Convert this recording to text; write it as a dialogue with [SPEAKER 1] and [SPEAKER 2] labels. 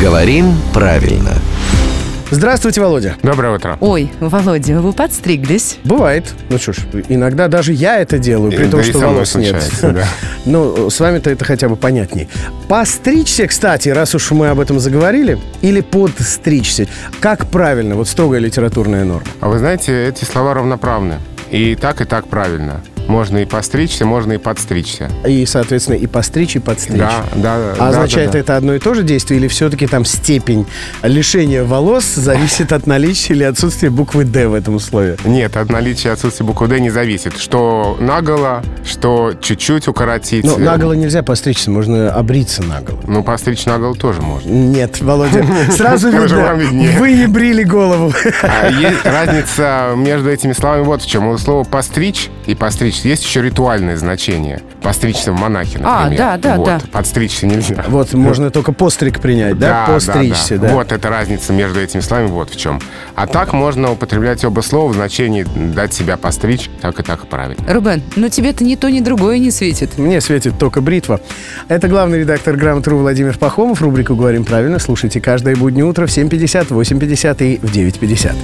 [SPEAKER 1] Говорим правильно.
[SPEAKER 2] Здравствуйте, Володя.
[SPEAKER 3] Доброе утро.
[SPEAKER 4] Ой, Володя, вы подстриглись.
[SPEAKER 2] Бывает. Ну что ж, иногда даже я это делаю, при
[SPEAKER 3] И-
[SPEAKER 2] том,
[SPEAKER 3] да и
[SPEAKER 2] что
[SPEAKER 3] со мной
[SPEAKER 2] волос нет.
[SPEAKER 3] случается, да.
[SPEAKER 2] Ну, с вами-то это хотя бы понятней. Постричься, кстати, раз уж мы об этом заговорили, или подстричься. Как правильно, вот строгая литературная норма.
[SPEAKER 3] А вы знаете, эти слова равноправны. И так, и так правильно. Можно и постричься, можно и подстричься.
[SPEAKER 2] И, соответственно, и постричь, и подстричь.
[SPEAKER 3] Да, да, да.
[SPEAKER 2] А означает
[SPEAKER 3] да, да.
[SPEAKER 2] это одно и то же действие или все-таки там степень лишения волос зависит от наличия или отсутствия буквы «Д» в этом слове?
[SPEAKER 3] Нет, от наличия и отсутствия буквы «Д» не зависит. Что наголо, что чуть-чуть укоротить.
[SPEAKER 2] Ну, наголо нельзя постричься, можно обриться наголо.
[SPEAKER 3] Ну, постричь наголо тоже можно.
[SPEAKER 2] Нет, Володя, сразу
[SPEAKER 3] Скажи,
[SPEAKER 2] видно,
[SPEAKER 3] вам виднее.
[SPEAKER 2] вы не брили голову.
[SPEAKER 3] А есть разница между этими словами вот в чем. У слова «постричь» и «постричь» есть еще ритуальное значение. Постричься в монахе,
[SPEAKER 4] А,
[SPEAKER 3] например.
[SPEAKER 4] да, да,
[SPEAKER 3] Вот.
[SPEAKER 4] да.
[SPEAKER 3] Подстричься нельзя.
[SPEAKER 2] Вот, можно только постриг принять, да? Постричься, да.
[SPEAKER 3] Вот эта разница между этими словами, вот в чем. А так можно употреблять оба слова в значении дать себя постричь, так и так правильно.
[SPEAKER 4] Рубен, ну тебе-то ни то, ни другое не светит.
[SPEAKER 2] Мне светит только бритва. Это главный редактор «Грамотру» Владимир Пахомов. Рубрику «Говорим правильно» слушайте каждое буднее утро в 7.50, 8.50 и в 9.50.